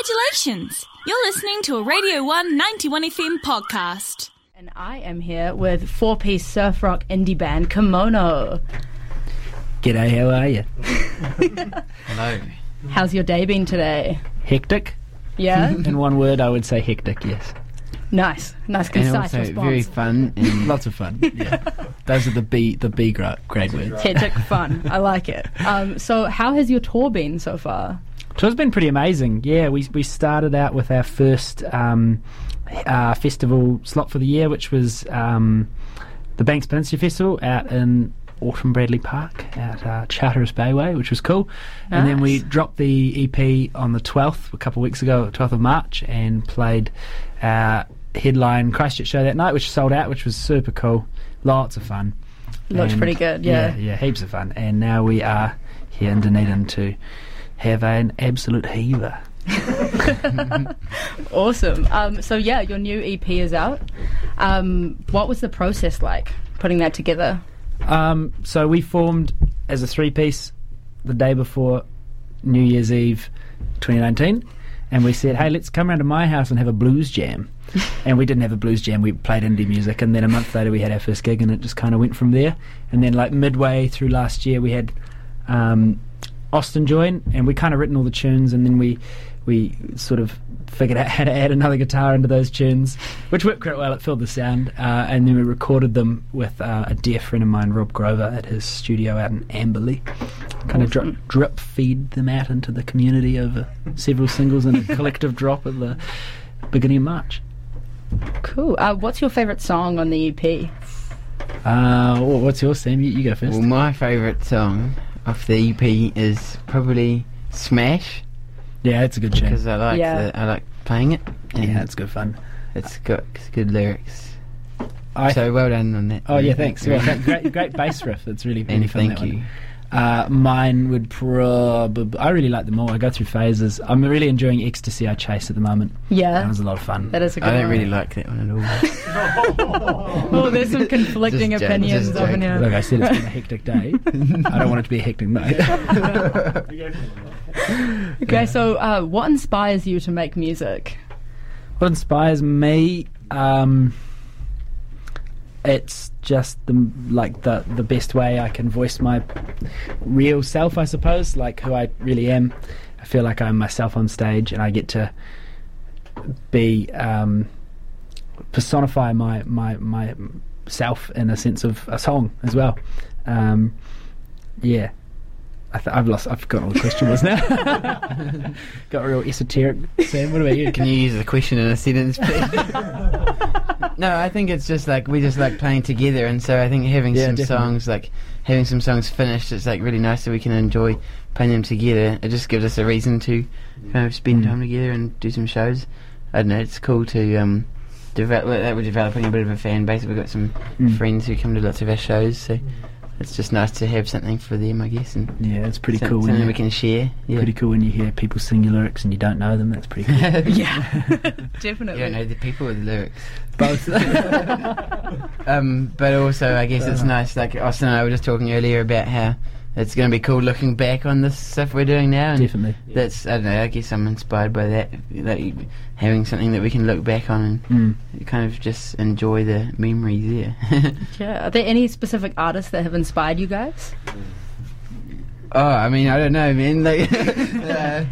Congratulations! You're listening to a Radio 1 91 FM podcast. And I am here with four piece surf rock indie band Kimono. G'day, how are you? Hello. How's your day been today? Hectic? Yeah? In one word, I would say hectic, yes. nice. Nice, And concise also response. very fun and lots of fun. Yeah. Those are the B the B grade, grade words. Hectic fun. I like it. Um, so, how has your tour been so far? So it's been pretty amazing. Yeah, we, we started out with our first um, uh, festival slot for the year, which was um, the Banks Peninsula Festival out in Autumn Bradley Park at uh, Charteris Bayway, which was cool. And then we Nice. dropped the EP on the 12th, a couple of weeks ago, 12th of March, and played our headline Christchurch show that night, which sold out, which was super cool. Lots of fun. Looks And- pretty good, yeah. yeah. heaps of fun. And now we are here in Dunedin to have an absolute heaver. Awesome. Um, so, yeah, your new EP is out. Um, what was the process like putting that together? Um, so we formed as a three piece the day before New Year's Eve 2019. And we said, hey, let's come round to my house and have a blues jam. and we didn't have a blues jam, we played indie music. And then a month later, we had our first gig, and it just kind of went from there. And then, like, midway through last year, we had um, Austin join, and we kind of written all the tunes, and then we we sort of figured out how to add another guitar into those tunes, which worked quite well. It filled the sound, uh, and then we recorded them with uh, a dear friend of mine, Rob Grover, at his studio out in Amberley. Kind of drip, drip feed them out into the community over several singles and a collective drop at the beginning of March. Cool. Uh, what's your favourite song on the E EP? Uh, wh- what's yours, Sam? You, you go first. Well, my favourite song off the EP is probably Smash Yeah, it's a good tune. because I like Yeah. the, I like playing it. and Yeah, it's good fun. it's got good lyrics. I so well done on that. Oh yeah, thanks. Yeah, thank- great, great bass riff. That's really, really And fun. thank that one. you. Uh, mine would probably. I really like them all. I go through phases. I'm really enjoying Ecstasy. I chase at the moment. That Yeah. was a lot of fun. That is a good I don't one. really like that one at all. Oh, there's some conflicting Just joking, opinions just over joking. here. Look, I said it's been a hectic day. I don't want it to be a hectic night. Okay, so uh, what inspires you to make music? what inspires me um it's just the like the the best way I can voice my real self I suppose like who I really am I feel like I'm myself on stage and I get to be um personify my my my self in a sense of a song as well um yeah I th- I've lost I've forgotten all the question was now got real esoteric Sam what about you Can you use the question in a sentence, please? no, I think it's just like we just like playing together, and so I think having Yeah, some definitely. songs like having some songs finished, it's like really nice that we can enjoy playing them together. It just gives us a reason to kind of spend Mm. time together and do some shows. I don't know. It's cool to um, develop that we're developing a bit of a fan base. We've got some Mm. friends who come to lots of our shows, so it's just nice to have something for them, I guess, and Yeah, it's pretty some- cool. When something you, we can share. Yeah. Pretty cool when you hear people sing your lyrics and you don't know them. That's pretty cool. Yeah, You don't know definitely. the people or the lyrics. Both. Um, but also, I guess Uh, it's nice. Like Austin and I were just talking earlier about how it's going to be cool looking back on the stuff we're doing now. And Definitely. That's I don't know. I guess I'm inspired by that. That you- having something that we can look back on Mm. and kind of just enjoy the memories there. Yeah. Are there any specific artists that have inspired you guys? oh, I mean, I don't know, man. Like, uh,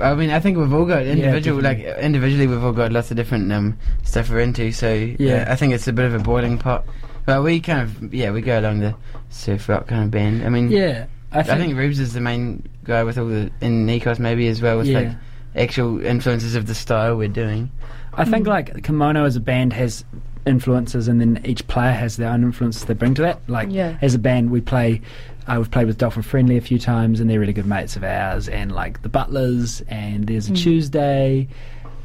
I mean, I think we've all got individual, like definitely. individually, we've all got lots of different um, stuff we're into. So Yeah. yeah, I think it's a bit of a boiling pot. But we kind of yeah, we go along the surf rock kind of band. I mean, Yeah, I think. I think Rubes is the main guy with all the in Nikos maybe as well with Yeah. like actual influences of the style we're doing. I think like Kimono as a band has influences, and then each player has their own influences they bring to that. Like Yeah. as a band, we play. Uh, we've played with Dolphin Friendly a few times, and they're really good mates of ours. And like the Butlers, and there's a Tuesday,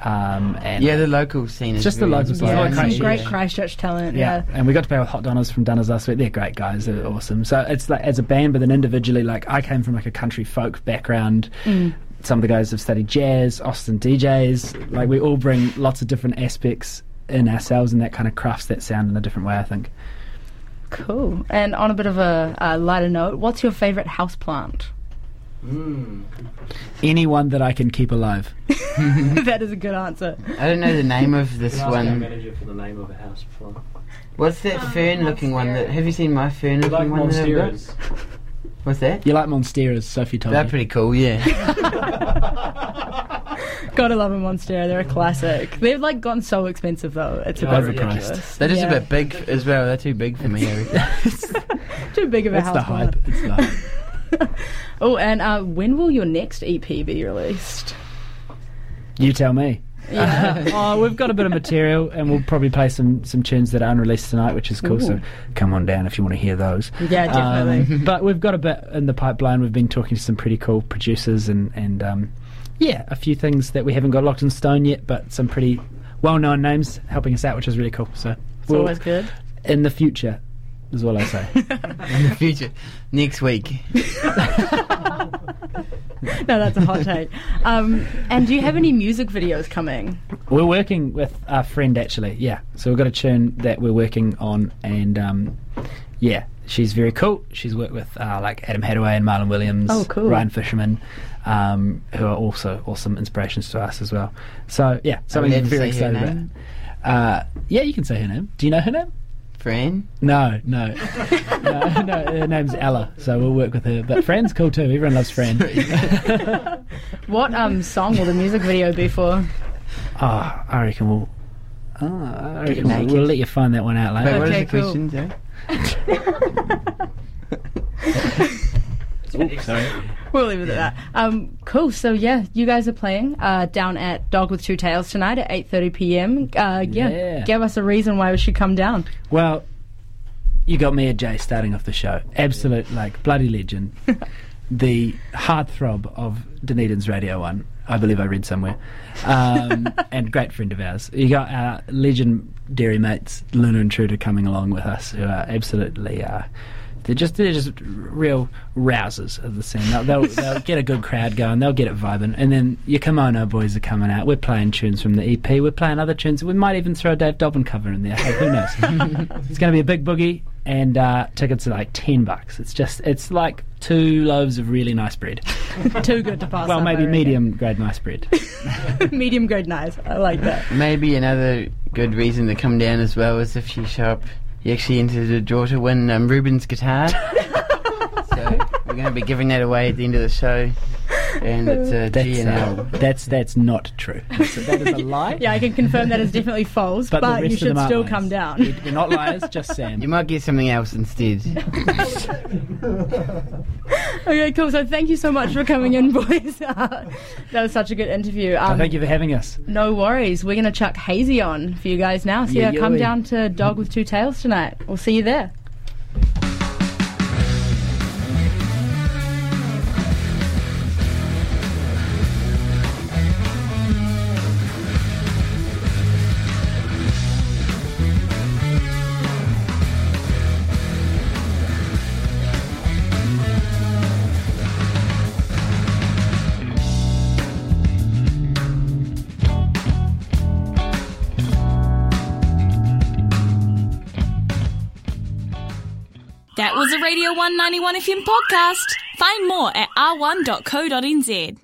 um, and Yeah, the local scene. is Just the really local scene. inspiring. Yeah, some Christchurch. great Christchurch talent. Yeah. And we got to play with Hot Donners from Donners last week. They're great guys. They're Mm. awesome. So it's like as a band, but then individually, like I came from like a country folk background. Mm. Some of the guys have studied jazz, Austin DJs. Like we all bring lots of different aspects in ourselves, and that kind of crafts that sound in a different way. I think. Cool. And on a bit of a uh, lighter note, what's your favourite houseplant? Anyone that I can keep alive. that is a good answer. I don't know the name of this Can I ask our one. manager for the name of a house before. What's that Um, fern looking one? That Monstera. have you seen my fern Like looking one? That I've got? Monstera's. What's that? You like Monstera's, Sophie told They're me. pretty cool, yeah. Gotta love a Monstera. They're a classic. They've like gone so expensive though. It's a Yeah, bit overpriced. ridiculous. They're just Yeah. a bit big as well. They're too big for me. I reckon. too big of a It's house. the hype. It's the hype. Oh, and uh, when will your next EP be released? You tell me. Yeah. oh, we've got a bit of material, and we'll probably play some some tunes that are unreleased tonight, which is cool. So Ooh. come on down if you want to hear those. yeah, definitely. Um, but we've got a bit in the pipeline. We've been talking to some pretty cool producers, and and um, yeah, a few things that we haven't got locked in stone yet, but some pretty well-known names helping us out, which is really cool. So it's we'll- always good. in the future, is what I say. In the future, next week. No, that's a hot take. Um, and do you have any music videos coming? We're working with our friend actually, yeah. So we've got a tune that we're working on, and um, yeah, she's very cool. She's worked with uh, like Adam Hadaway and Marlon Williams, Oh, cool. Ryan Fisherman, um, who are also awesome inspirations to us as well. So yeah, something allowed to very say her excited about. name? Uh, yeah, you can say her name. Do you know her name? Fran? No, no, no, no. Her name's Ella, so we'll work with her. But Fran's cool too. Everyone loves Fran. What um, song will the music video be for? Ah, I reckon we'll. Oh, I reckon we'll, naked. we'll let you find that one out later. Wait, what Okay, is the eh? cool. question, Joe? We'll leave it at that. Um, cool. So yeah, you guys are playing uh, down at Dog with Two Tails tonight at eight thirty p.m. Uh, yeah, Yeah. give us a reason why we should come down. Well, you got me a Jay starting off the show. Absolute, like, bloody legend. the heartthrob of Dunedin's Radio 1, I believe I read somewhere. Um, and great friend of ours. You got our legendary mates, Luna and Truda, coming along with us, who are absolutely. Uh, they're just they're just real rousers of the scene. They'll, they'll, they'll get a good crowd going. They'll get it vibing, and then your kimono boys are coming out. We're playing tunes from the EP. We're playing other tunes. We might even throw a Dave Dobbin cover in there. Hey, who knows? it's going to be a big boogie, and uh, tickets are like ten bucks. It's just it's like two loaves of really nice bread. Too good to pass. Well, up, I maybe reckon. medium grade nice bread. medium grade nice. I like that. Maybe another good reason to come down as well is if you show up, you actually entered the draw to win um, Ruben's guitar. so we're going to be giving that away at the end of the show. And it's a That's G and uh, L. that's that's not true. That's, that is a lie. Yeah, I can confirm that is definitely false, but, But the rest you of should them aren't still lies. come down. We're not liars, just Sam. You might get something else instead. okay, cool. So thank you so much for coming in, boys. Uh, that was such a good interview. Um, Thank you for having us. No worries. We're going to chuck Hazy on for you guys now. So yeah, Yeah, come yoey. down to Dog with Two Tails tonight. We'll see you there. That was a Radio 191 FM podcast. Find more at r1.co.nz.